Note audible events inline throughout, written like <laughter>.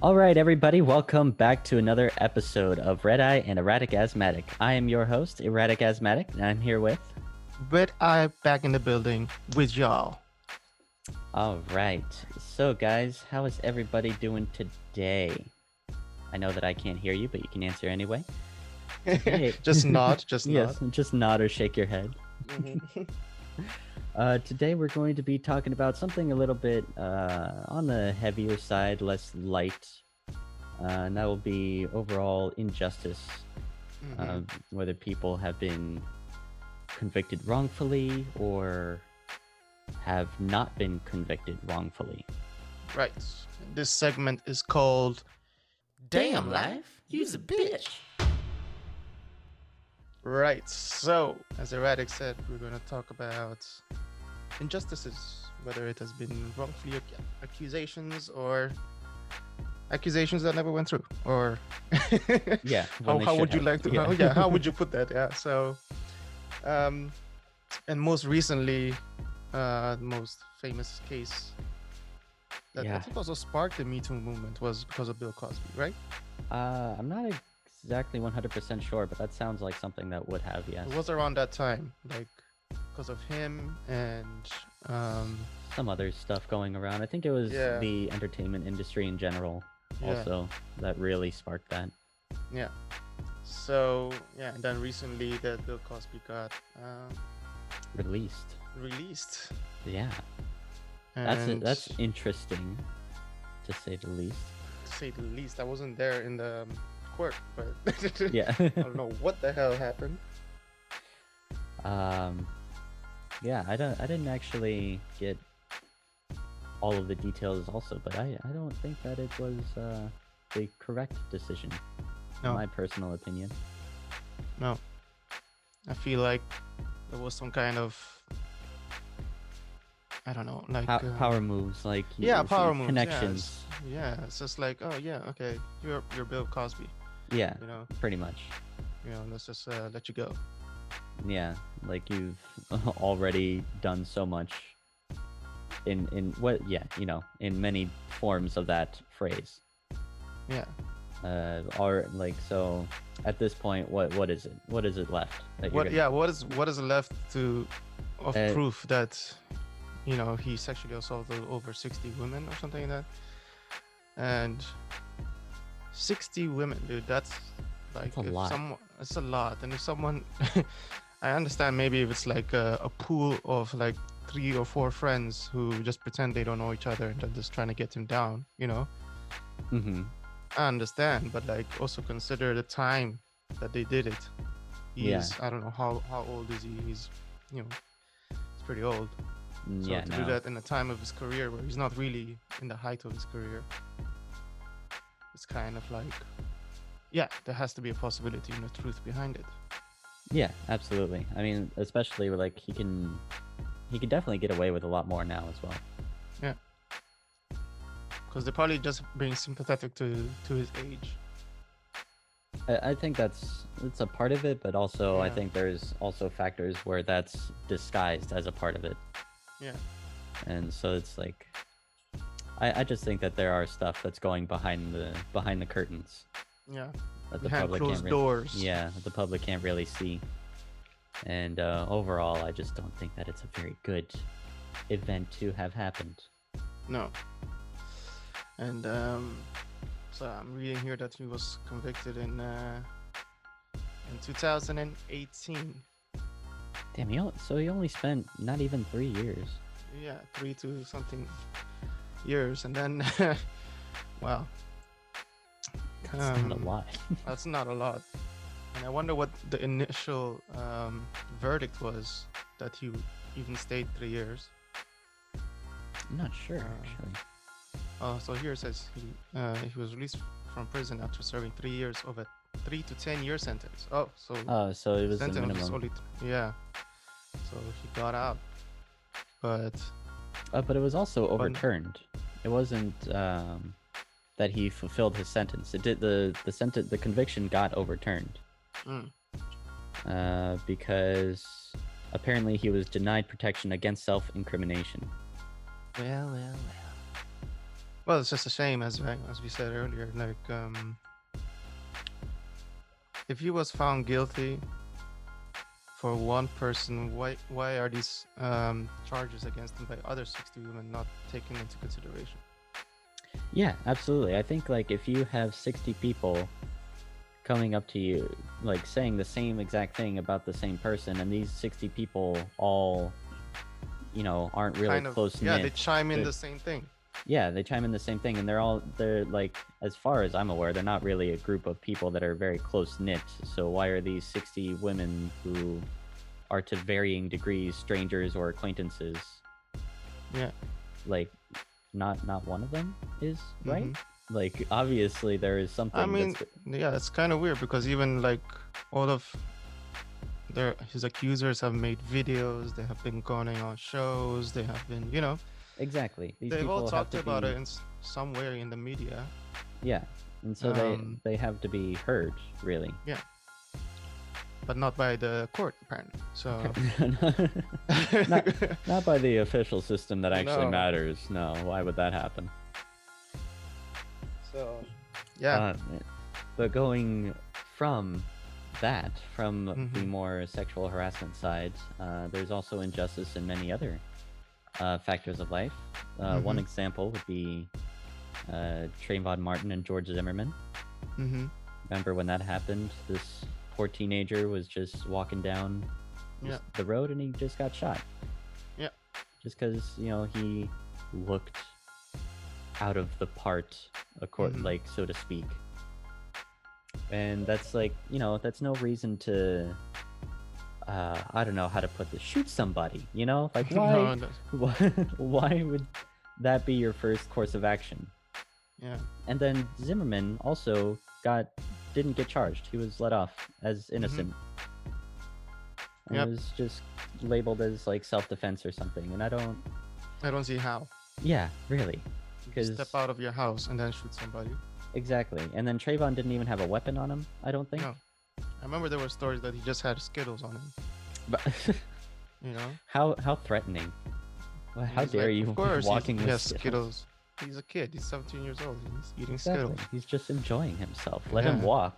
All right, everybody, welcome back to another episode of Red Eye and Erratic Asthmatic. I am your host, Erratic Asthmatic, and I'm here with. Red Eye back in the building with y'all. All right, so guys, how is everybody doing today? I know that I can't hear you, but you can answer anyway. Hey. <laughs> just nod, just <laughs> nod. Yes, just nod or shake your head. Uh, today we're going to be talking about something a little bit uh, on the heavier side, less light, uh, and that will be overall injustice. <laughs> Mhm. Um, whether people have been convicted wrongfully or have not been convicted wrongfully. Right. This segment is called Damn Life, you's a bitch. Right. So, as Erratic said, we're going to talk about injustices, whether it has been wrongfully ac- accusations or accusations that never went through, or <laughs> Yeah. when they how, Oh, how should would you have. like to how, yeah how <laughs> would you put that yeah so um and most recently uh the most famous case that i Yeah. think also sparked the me too movement was because of bill cosby right <laughs> Uh, I'm not exactly 100% sure, but that sounds like something that would have, yes. it was around that time like because of him and um Some other stuff going around. I think it was Yeah. the entertainment industry in general yeah, also that really sparked that. so yeah and then recently that bill cosby got uh, Released. released Yeah. That's, and that's interesting, to say the least. <laughs> to say the least i wasn't there in the um, court but <laughs> Yeah. I don't know what the hell happened. Um, yeah, I don't. I didn't actually get all of the details, also, but I, I don't think that it was uh, the correct decision. No. In my personal opinion. No. I feel like there was some kind of I don't know, like Pow- uh, power moves, like you Yeah, see power moves. connections. Yeah, it's just like, oh yeah, okay, you're you're Bill Cosby, Yeah, you know, pretty much. you know, let's just uh, let you go. Yeah, like you've <laughs> already done so much. In in what? Yeah, you know, in many forms of that phrase. Yeah, Uh, are like so. At this point, what what is it? What is it left? That you're what? gonna- Yeah, what is what is left to of Uh, proof that you know he sexually assaulted over sixty women or something like that, and sixty women, dude. That's like a if lot. someone, it's a lot. And if <laughs> someone, I understand maybe if it's like a, a pool of like three or four friends who just pretend they don't know each other and they're just trying to get him down, you know. Mm-hmm. I understand, but like also consider the time that they did it. He's Yeah. I don't know how how old is he? He's you know he's pretty old. So Mm, yeah, to no. do that in the time of his career where he's not really in the height of his career. It's kind of like yeah, there has to be a possibility and a truth behind it. Yeah, absolutely. I mean, especially with, like he can, he can definitely get away with a lot more now as well. Because they're probably just being sympathetic to to his age. I, I think that's that's a part of it, but also I Yeah. think there's also factors where that's disguised as a part of it. Yeah. And so it's like, I I just think that there are stuff that's going behind the behind the curtains Yeah. that the Behind public can't closed really doors. yeah that the public can't really see. And uh, overall, I just don't think that it's a very good event to have happened. No. And um, so I'm reading here that he was convicted in uh, in 2018. Damn, he only, so he only spent not even three years. Yeah, three to something years, and then <laughs> wow, That's not a Um, lot. <laughs> that's not a lot. And I wonder what the initial um, verdict was that he even stayed three years. I'm not sure, uh, actually. Uh, so here it says he, uh, he was released from prison after serving three years of a three to ten year sentence. Oh, so Oh, so it was the sentence minimum. was only th- yeah. So he got out, but Uh, but it was also Fun. overturned. It wasn't um, that he fulfilled his sentence. It did the the sentence the conviction got overturned Mm. uh, because apparently he was denied protection against self incrimination. well, well, well. Well, it's just a shame, as I- as we said earlier. Like, um, if he was found guilty for one person, why why are these um, charges against him by other sixty women not taken into consideration? Yeah, absolutely. I think like if you have 60 people coming up to you like saying the same exact thing about the same person and these 60 people all you know aren't really kind of, close yeah. knit. They chime in Good. the same thing. yeah, they chime in the same thing and they're all they're like as far as I'm aware, they're not really a group of people that are very close knit. So why are these 60 women who are to varying degrees strangers or acquaintances? Yeah. Like not not one of them is, right? Mhm. like obviously there is something I mean, that's, yeah, it's kind of weird because even like all of their his accusers have made videos. They have been going on shows. They have been, you know, exactly these they've people all have talked to about be, it in s- somewhere in the media. yeah and so Um, they they have to be heard really but not by the court apparently. <laughs> So No. <laughs> not by the official system <laughs> that actually No. matters no why would that happen so yeah, Uh, but going from that from the Mhm. more sexual harassment side uh, there's also injustice in many other uh, factors of life uh, one example would be uh, Trayvon Martin and George Zimmerman uh, mm-hmm. remember when that happened this poor teenager was just walking down Yeah. just the road and he just got shot Yeah. just because you know he looked out of the part accord Mhm. like so to speak and that's like you know that's no reason to uh, I don't know how to put this. Shoot somebody, you know? Like <laughs> why? why? Why would that be your first course of action? yeah, and then Zimmerman also got didn't get charged. He was let off as innocent. And Mm-hmm. Yep. was just labeled as like self-defense or something. And I don't I don't see how. yeah, really. You 'Cause- Step out of your house and then shoot somebody. Exactly. And then Trayvon didn't even have a weapon on him, I don't think. No. I remember there were stories that he just had Skittles on him. But <laughs> You know, how how threatening. Well, And how he's dare like, <laughs> you Of course, he- walking he, with has Skittles. He's a kid. He's 17 years old. He's eating Exactly. Skittles. He's just enjoying himself. Let him Yeah. walk.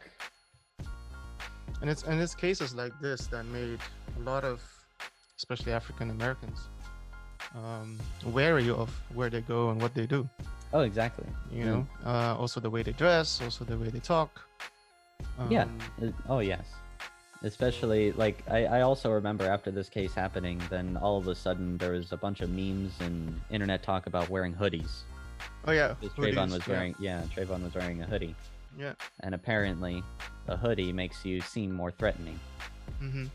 And it's and it's cases like this that made a lot of, especially African Americans, um, wary of where they go and what they do. Oh, exactly. you Mm. know uh, also the way they dress also the way they talk Yeah. Um, Uh, Oh yes, especially like I, I also remember after this case happening, then all of a sudden there was a bunch of memes and internet talk about wearing hoodies. oh yeah 'Cause hoodies, Trayvon was yeah, wearing yeah. Trayvon was wearing a hoodie, yeah and apparently a hoodie makes you seem more threatening hmm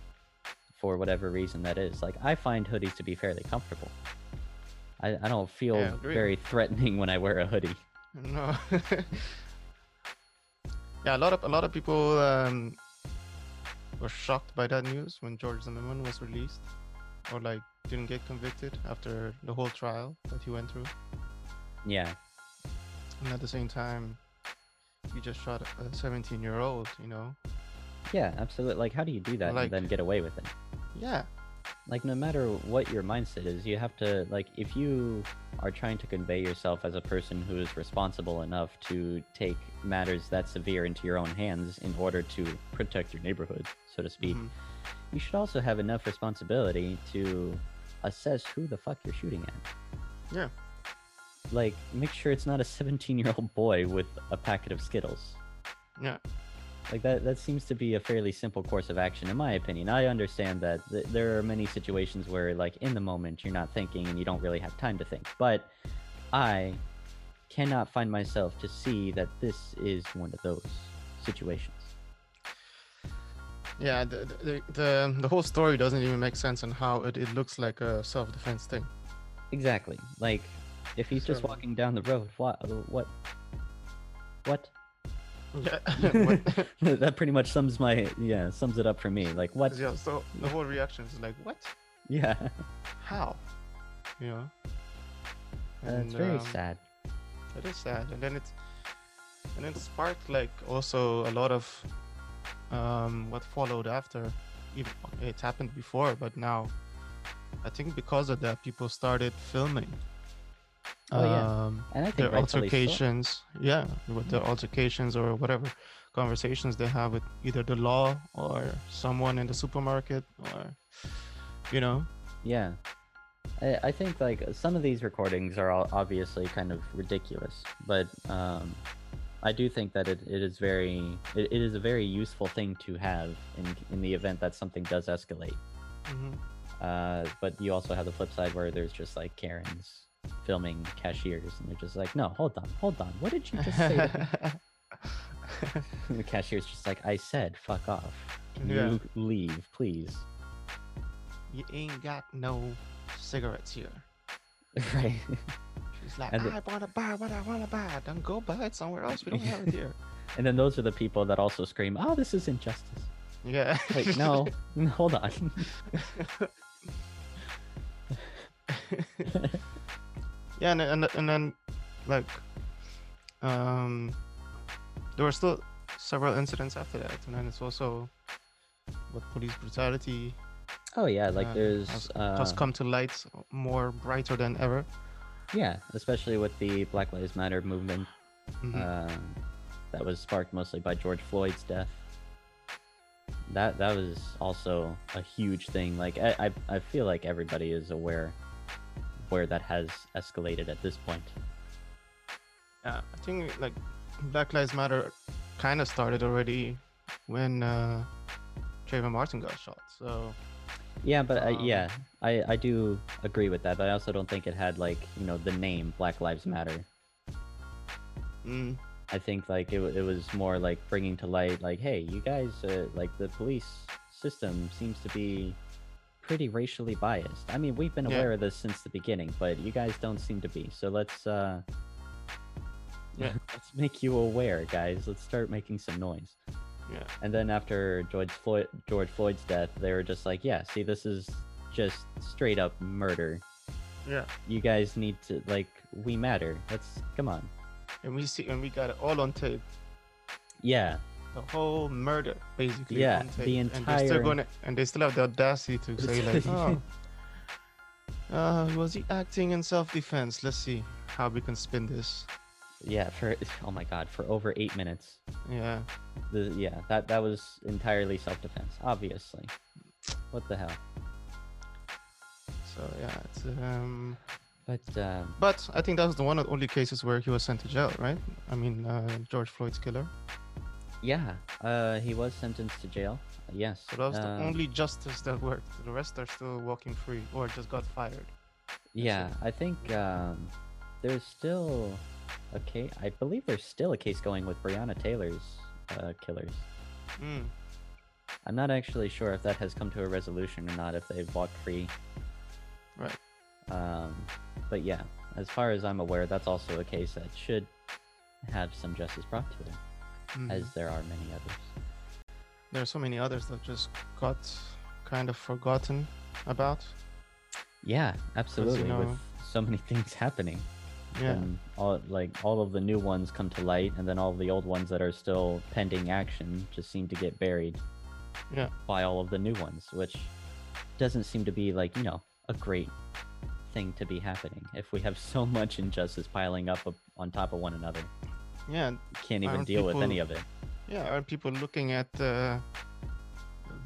for whatever reason that is. Like I find hoodies to be fairly comfortable. I, I don't feel Yeah, agreed. very threatening when I wear a hoodie. no <laughs> yeah a lot of a lot of people um, were shocked by that news when George Zimmerman was released or like didn't get convicted after the whole trial that he went through Yeah, and at the same time you just shot a 17 year old you know yeah, absolutely. Like how do you do that Like- and then get away with it? yeah like no matter what your mindset is you have to like if you are trying to convey yourself as a person who is responsible enough to take matters that severe into your own hands in order to protect your neighborhood so to speak mhm, you should also have enough responsibility to assess who the fuck you're shooting at Yeah. like make sure it's not a <laughs> 17 year old boy with a packet of skittles yeah like that that seems to be a fairly simple course of action in my opinion i understand that th- there are many situations where like in the moment you're not thinking and you don't really have time to think but i cannot find myself to see that this is one of those situations Yeah, the, the the the whole story doesn't even make sense on how it, it looks like a self-defense thing. exactly like if he's just So- walking down the road what what what <laughs> Yeah. <laughs> what- that pretty much sums my yeah sums it up for me like what yeah. So the whole reaction is like, what? yeah <laughs> How? You know. that's And, Uh, very um, sad It is sad, and then it and it sparked like also a lot of um what followed after. Even it's happened before, but now I think because of that, people started filming Oh, yeah. um, And I think their rightfully so. altercations, yeah, with their altercations or whatever conversations they have with either the law or someone in the supermarket or, you know, Yeah. I, I think like some of these recordings are all obviously kind of ridiculous, but um, I do think that it, it is very it, it is a very useful thing to have in in the event that something does escalate. mhm, Uh, but you also have the flip side where there's just like Karens filming cashiers, and they're just like, no, hold on, hold on, what did you just say? <laughs> to me?" the cashier's just like, I said, fuck off, Yeah. you leave, please. <laughs> you ain't got no cigarettes here. right. She's like, And the- I wanna buy what I wanna buy. Don't go buy it somewhere else. We don't have it <laughs> here. And then those are the people that also scream, oh, this is injustice. Yeah. <laughs> Wait, no, <laughs> Mm, hold on. <laughs> yeah, and, and and then like um there were still several incidents after that, and then it's also what police brutality Oh yeah, like uh, there's has, uh, has come to light more brighter than ever. yeah, especially with the Black Lives Matter movement Mhm. uh, that was sparked mostly by George Floyd's death. That that was also a huge thing. Like I I, I feel like everybody is aware where that has escalated at this point. Yeah, I think like Black Lives Matter kind of started already when uh, Trayvon Martin got shot. So Yeah, but I, Um, yeah, I I do agree with that, but I also don't think it had like you know the name Black Lives Matter. mm, I think like it, wa- it was more like bringing to light like hey you guys uh, like the police system seems to be pretty racially biased. I mean we've been Yeah. aware of this since the beginning, but you guys don't seem to be. So let's uh Yeah. <laughs> let's make you aware, guys. Let's start making some noise. Yeah. And then after George Floyd George Floyd's death, they were just like, yeah, see this is just straight up murder. yeah, You guys need to like we matter. Let's come on. and we see and we got it all on tape. Yeah. The whole murder, basically. Yeah, on tape, the And they're still entire- going and they still have the audacity to say like, oh, uh, was he acting in self-defense? Let's see how we can spin this. Yeah, for <laughs> oh my god, for over eight minutes. Yeah, The, yeah, that that was entirely self-defense, obviously. What the hell? so yeah, it's, um, But um, but I think that was the one of the only cases where he was sent to jail, right? I mean, uh, George Floyd's killer. yeah, uh, he was sentenced to jail. Yes. So that was um, the only justice that worked. The rest are still walking free or just got fired. Yeah, I think um, there's still a case. I believe there's still a case going with Breonna Taylor's uh, killers. Mm. I'm not actually sure if that has come to a resolution or not. If they've walked free. Right. Um, but yeah, as far as I'm aware, that's also a case that should have some justice brought to it, Mhm. as there are many others. There are so many others that just got kind of forgotten about. Yeah, absolutely. With know- so many things happening, Yeah. and all like all of the new ones come to light, and then all of the old ones that are still pending action just seem to get buried Yeah. by all of the new ones, which doesn't seem to be like you know a great thing to be happening if we have <laughs> so much injustice piling up up on top of one another. Yeah. You can't even Aren't deal with any of people- it. Yeah. Are people looking at uh,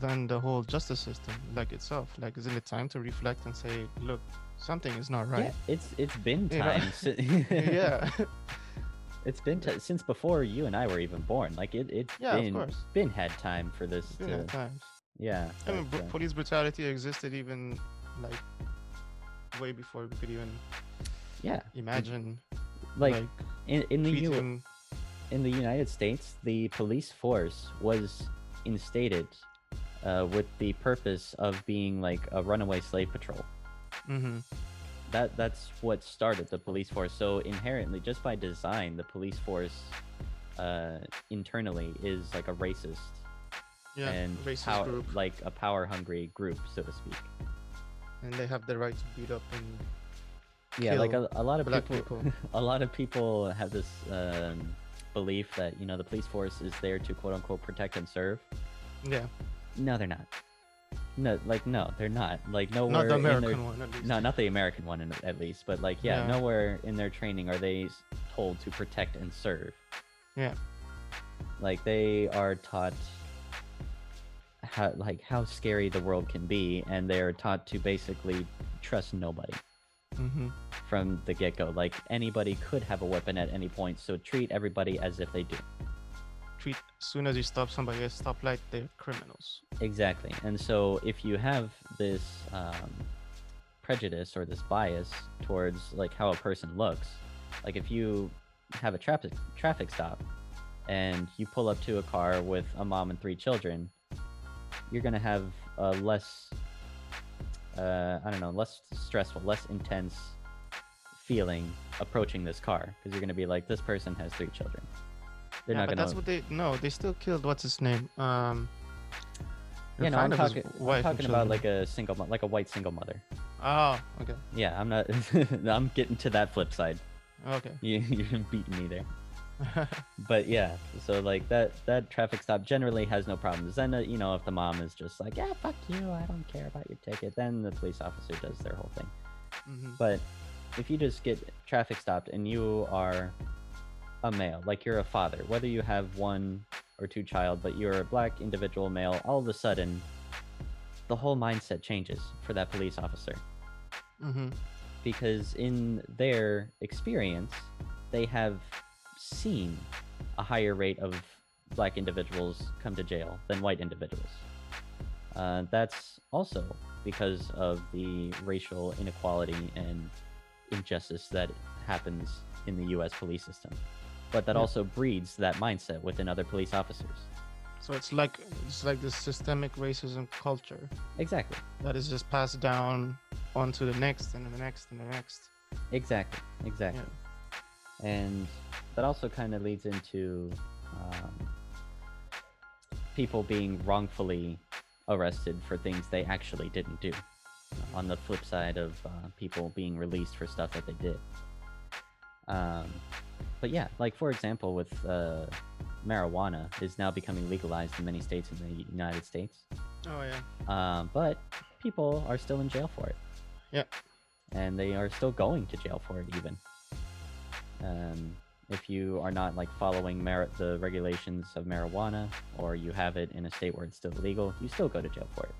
then the whole justice system like itself? Like, isn't it time to reflect and say, look, something is not right? Yeah, it's it's been You know? <laughs> time. si- Yeah. <laughs> it's been ti- since before you and I were even born. Like it it's Yeah, of been course. been had time for this It's to been at times. yeah. I mean, but, br- uh, police brutality existed even like way before we could even yeah, imagine like, like in, in the U- treating in the United States, the police force was instated uh, with the purpose of being like a runaway slave patrol. hmm that that's what started the police force so inherently just by design the police force uh internally is like a racist yeah, and racist pow- group, like a power hungry group so to speak and they have the right to beat up and yeah like Kill a, a lot of black people, people. a lot of people have this um belief that you know the police force is there to quote unquote protect and serve <laughs> Yeah, no they're not no, like no, they're not. Like nowhere. Not the in their- American one, at least. No, not the American one, in, at least. But like, yeah, Yeah. nowhere in their training are they s- told to protect and serve. Yeah. Like they are taught how like how scary the world can be, and they are taught to basically trust nobody Mm-hmm. from the get go. Like anybody could have a weapon at any point, so treat everybody as if they do. Treat as soon as you stop somebody at a stoplight, they're criminals. Exactly. And so if you have this um, prejudice or this bias towards like how a person looks, like if you have a traffic traffic stop and you pull up to a car with a mom and three children, you're gonna have a less uh, I don't know, less stressful, less intense feeling approaching this car because you're gonna be like, this person has three children. They're yeah, not but gonna. that's what they no, they still killed what's his name. Um you know, I'm Rufino's talking, I'm wife and talking about children. like a single, mo- like a white single mother. Oh, okay. Yeah, I'm not. <laughs> I'm getting to that flip side. <laughs> Okay. <laughs> You, you're beating me there. But yeah, so like that that traffic stop generally has no problems. Then uh, you know if the mom is just like, yeah, fuck you, I don't care about your ticket, then the police officer does their whole thing. Mhm. But if you just get traffic stopped and you are a male, like you're a father, whether you have one or two child, but you're a black individual male, all of a sudden, the whole mindset changes for that police officer Mhm. because in their experience, they have seen a higher rate of black individuals come to jail than white individuals. Uh, that's also because of the racial inequality and injustice that happens in the U.S. police system. But that Yeah. also breeds that mindset within other police officers. So it's like it's like this systemic racism culture Exactly. that is just passed down onto the next and the next and the next. Exactly. Exactly. And that also kind of leads into um, people being wrongfully arrested for things they actually didn't do. On the flip side of uh, people being released for stuff that they did. Um, but yeah, like for example, with uh, marijuana is now becoming legalized in many states in the United States Oh yeah. um, but people are still in jail for it. Yeah. And they are still going to jail for it, even. Um, if you are not like following mar- the regulations of marijuana, or you have it in a state where it's still illegal, you still go to jail for it.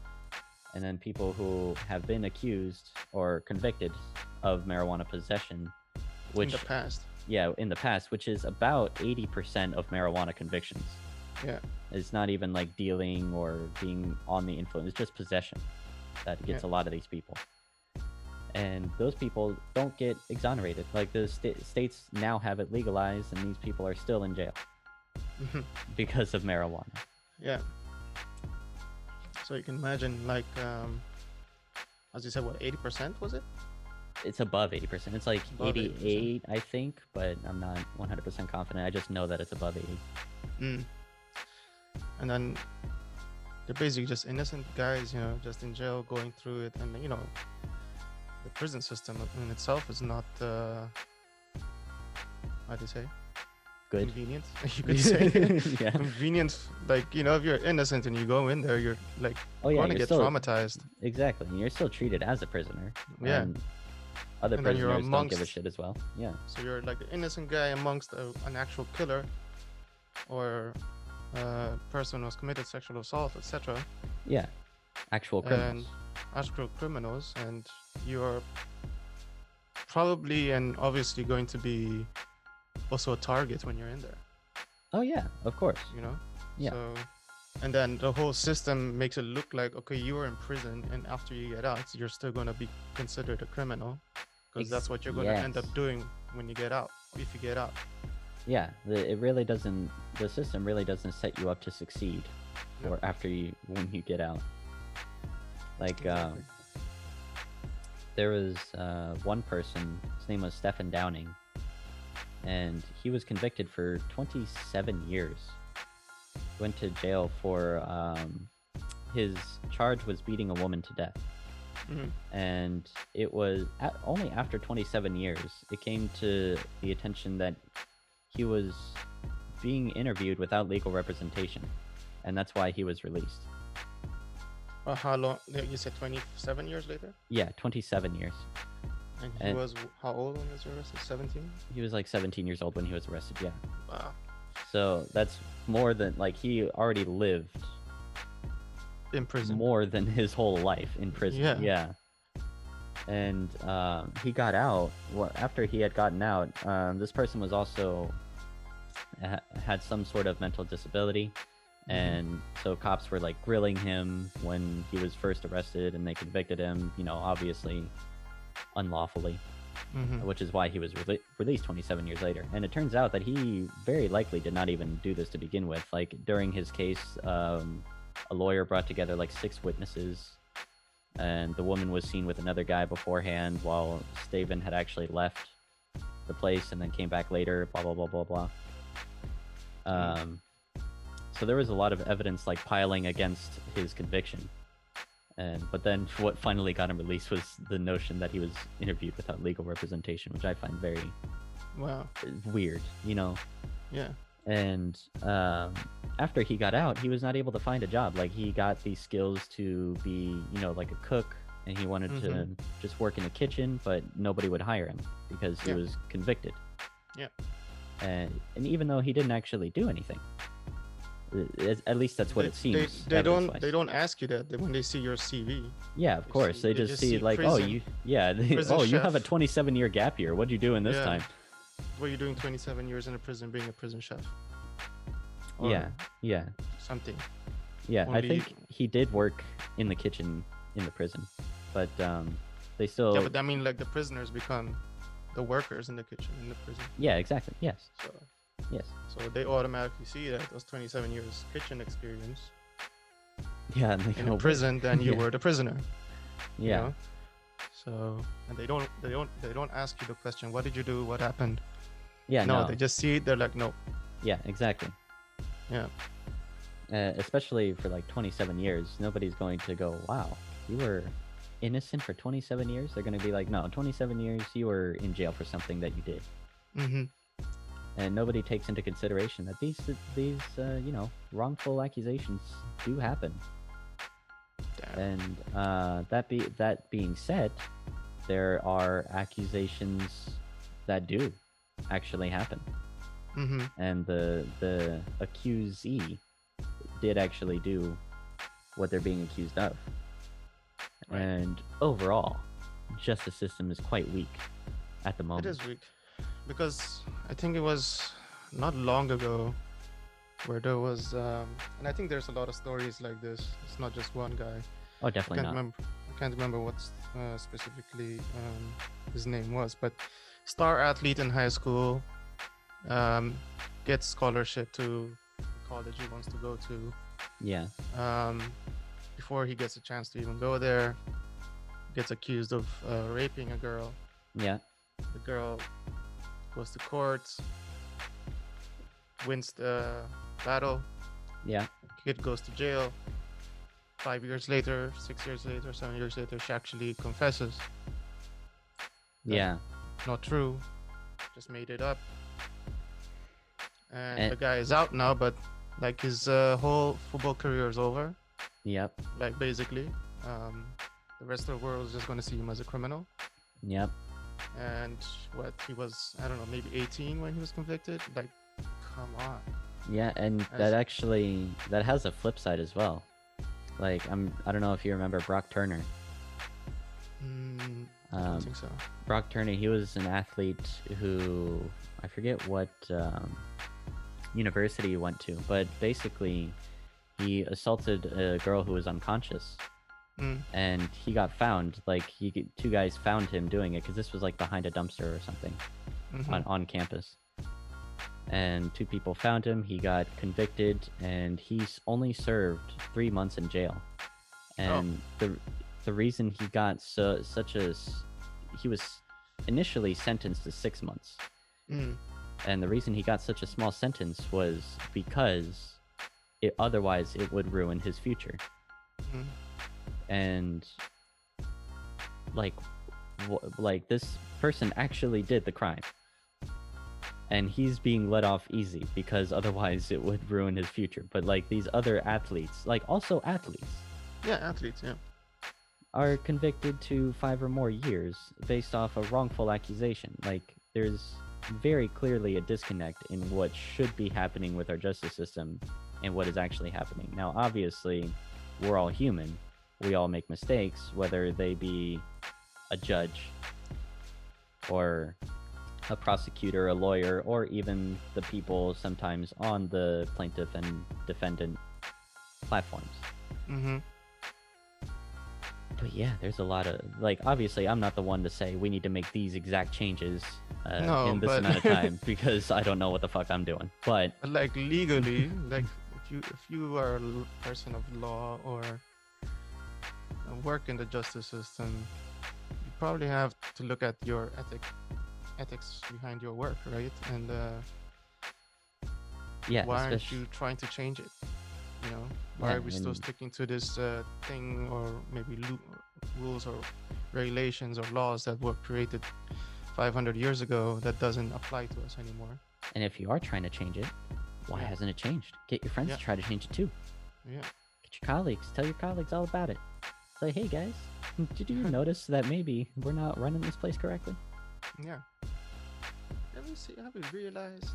And then people who have been accused or convicted of marijuana possession, In which the past. yeah, in the past, which is about 80% of marijuana convictions. Yeah. It's not even like dealing or being on the influence, it's just possession that gets a lot of these people. And those people don't get exonerated. Like the sta- states now have it legalized, and these people are still in <laughs> jail Mhm. because of marijuana. yeah. So you can imagine like um as you said what 80% was it? It's above 80%. It's like Above 80%. 88, I think, but I'm not 100% confident. I just know that it's above 80. Mm. And then they're basically just innocent guys, you know, just in jail going through it. And, you know, the prison system in itself is not, uh, how do you say? Good. Convenient, <laughs> you could <laughs> say. <laughs> yeah. Convenient, like, you know, if you're innocent and you go in there, you're like Oh, yeah. going to you're get still- traumatized. Exactly. and You're still treated as a prisoner. Yeah. and other And then you're prisoners don't give a amongst- shit as well. Yeah. So you're like the innocent guy amongst a, an actual killer or a person who's committed sexual assault, etc. Yeah. Actual criminals. actual criminals and you're probably and obviously going to be also a target when you're in there oh yeah, of course. you know Yeah. so and then the whole system makes it look like okay you were in prison and after you get out you're still going to be considered a criminal because Ex- that's what you're going to end up yes. doing when you get out if you get out Yeah. The, it really doesn't. The system really doesn't set you up to succeed, Yep. or after you when you get out. Like um, Exactly. there was uh, one person. His name was Stephen Downing, and he was convicted for 27 years. Went to jail for um, his charge was beating a woman to death. Mhm. and it was at, only after 27 years it came to the attention that he was being interviewed without legal representation and that's why he was released Well, Uh, how long? You said 27 years later? Yeah, 27 years. And he And- was how old when he was arrested? 17? He was like 17 years old when he was arrested. Yeah. Wow. So that's more than like he already lived In prison. more than his whole life in prison. Yeah. Yeah. And um, he got out. Well, after he had gotten out, um, this person was also ha- had some sort of mental disability. Mhm. And so cops were like grilling him when he was first arrested and they convicted him, you know, obviously unlawfully, Mhm. which is why he was rele released 27 years later. And it turns out that he very likely did not even do this to begin with. Like during his case, um, a lawyer brought together like six witnesses, and the woman was seen with another guy beforehand while Staven had actually left the place and then came back later, blah, blah, blah, blah, blah. Mm. Um, so there was a lot of evidence like piling against his conviction. And, but then what finally got him released was the notion that he was interviewed without legal representation, which I find very Wow. uh, weird, you know? Yeah. and um, after he got out he was not able to find a job like he got these skills to be you know like a cook and he wanted Mhm. to just work in a kitchen but nobody would hire him because he Yeah. was convicted Yeah. and, and even though he didn't actually do anything uh, at- at least that's what they, it seems They, they don't. evidence-wise. They don't ask you that they- when they see your CV. yeah of they course see- they, they just, just see, see like oh prison- you yeah <laughs> they- prison oh you have a chef. 27 year gap year what'd you do in this Yeah. time What are you doing 27 years in a prison, being a prison chef? Or yeah yeah Something. Yeah, I Only- think he did work in the kitchen in the prison, but um, they still. Yeah, Yeah, but I mean, like the prisoners become the workers in the kitchen in the prison. exactly. Yes, So, yes. <laughs> so they automatically see that those 27 years kitchen experience Yeah, and they <laughs> in go, a prison, then you Yeah. were the prisoner. you Yeah, know? So and they don't they don't they don't ask you the question what did you do what happened yeah, no, no, they just see it they're like no yeah, exactly. Yeah. Uh, especially for like 27 years, nobody's going to go, "Wow, you were innocent for 27 years." They're going to be like, "No, 27 years, you were in jail for something that you did." mm-hmm. And nobody takes into consideration that these these uh, you know wrongful accusations do happen. Damn. And uh, that be that being said, there are accusations that do actually happen, Mm-hmm. and the the accusee did actually do what they're being accused of. Right. And overall, justice system is quite weak at the it moment. is weak because i think it was not long ago where there was um, and i think there's a lot of stories like this it's not just one guy Oh, I definitely can't not. remember. I can't remember what uh, specifically um, his name was, but star athlete in high school um, gets scholarship to the college he wants to go to Yeah, um, before he gets a chance to even go there. Gets accused of uh, raping a girl. yeah, The girl goes to court, wins the battle. yeah, Kid goes to jail. Five years later, six years later, seven years later, she actually confesses. Yeah. yeah. Not true. Just made it up. And, And- the guy is out now, but like his uh, whole football career is over. Yep, Like basically, um, the rest of the world is just going to see him as a criminal. yep. And what he was, I don't know, maybe 18 when he was convicted. Like, come on. Yeah, and As- that actually that has a flip side as well. Like I'm I don't know if you remember Brock Turner. Mm, I don't Um, think so. Brock Turner, he was an athlete who I forget what um, university he went to, but basically he assaulted a girl who was unconscious Mm, and he got found like he two guys found him doing it because this was like behind a dumpster or something mhm. on, on campus. And two people found him. He got convicted, and he's only served three months in jail. And the the reason he got so such a s- he was initially sentenced to six months, Mm, and the reason he got such a small sentence was because it otherwise it would ruin his future mm. and like wh- like this person actually did the crime and he's being let off easy <laughs> because otherwise it would ruin his future but like these other athletes like also athletes Yeah, athletes. Yeah. are convicted to five or more years based off a wrongful accusation. Like, there's very clearly a disconnect in what should be happening with our justice system and what is actually happening. Now, obviously, we're all human. We all make mistakes, whether they be a judge or a prosecutor, a lawyer, or even the people sometimes on the plaintiff and defendant platforms Mm-hmm. but yeah, there's a lot of like. Obviously, I'm not the one to say we need to make these exact changes uh, No, in this but- <laughs> amount of time because I don't know what the fuck I'm doing. But But like legally, like if you if you are a l- person of law or uh, work in the justice system, you probably have to look at your ethic ethics behind your work, right? And uh, yeah, why aren't especially- you trying to change it? You know, why Yeah, are we still and- sticking to this uh, thing or maybe lu- rules or regulations or laws that were created 500 years ago that doesn't apply to us anymore? and if you are trying to change it, why Yeah. hasn't it changed? Get your friends Yeah. to try to change it too. Yeah. Get your colleagues. Tell your colleagues all about it. Say, hey guys, <laughs> did you notice that maybe we're not running this place correctly? <laughs> Yeah. Have you see? Have you <laughs> realized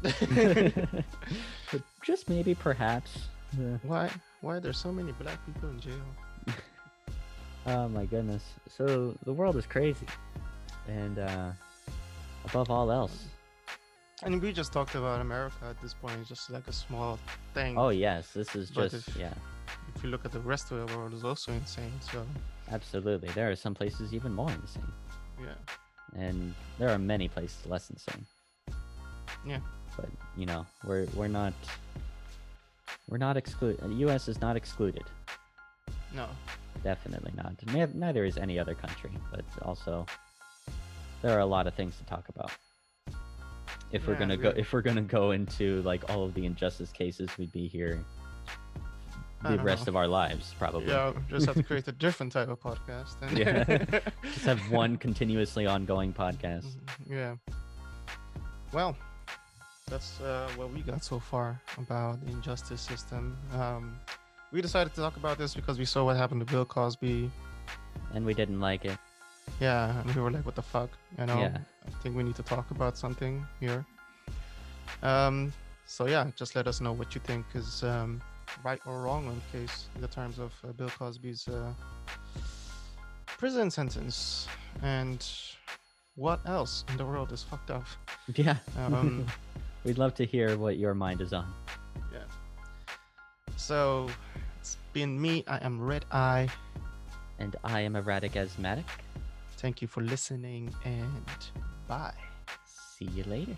<laughs> But Just maybe, perhaps. uh, why why there's so many black people in jail? Oh my goodness. So the world is crazy. And uh above all else. And we just talked about America at this point. It's just like a small thing. Oh yes, this is But just if- yeah, If you look at the rest of the world, it's also insane. So absolutely. There are some places even more insane. yeah, And there are many places less insane. Yeah. But you know, we're we're not we're not excluded. The US is not excluded. no, Definitely not. Ne- neither is any other country, but also there are a lot of things to talk about. If we're Yeah, gonna go, we- if we're gonna go into like all of the injustice cases, we'd be here I the don't rest know. of our lives probably. yeah, we just have to <laughs> create a different type of podcast. And <laughs> Yeah. Just have one continuously ongoing podcast. Mm-hmm, yeah. Well, that's uh, what we got so far about the injustice system. Um, we decided to talk about this because we saw what happened to Bill Cosby and we didn't like it. Yeah, and we were like, "What the fuck?" You know. Yeah. I think we need to talk about something here. Um. So yeah, just let us know what you think is um, right or wrong on case in the terms of uh, Bill Cosby's uh, prison sentence and what else in the world is fucked up. <laughs> Yeah, Um, we'd love to hear what your mind is on. so it's been me. I am Red Eye. And I am erratic asthmatic. Thank you for listening and bye. See you later.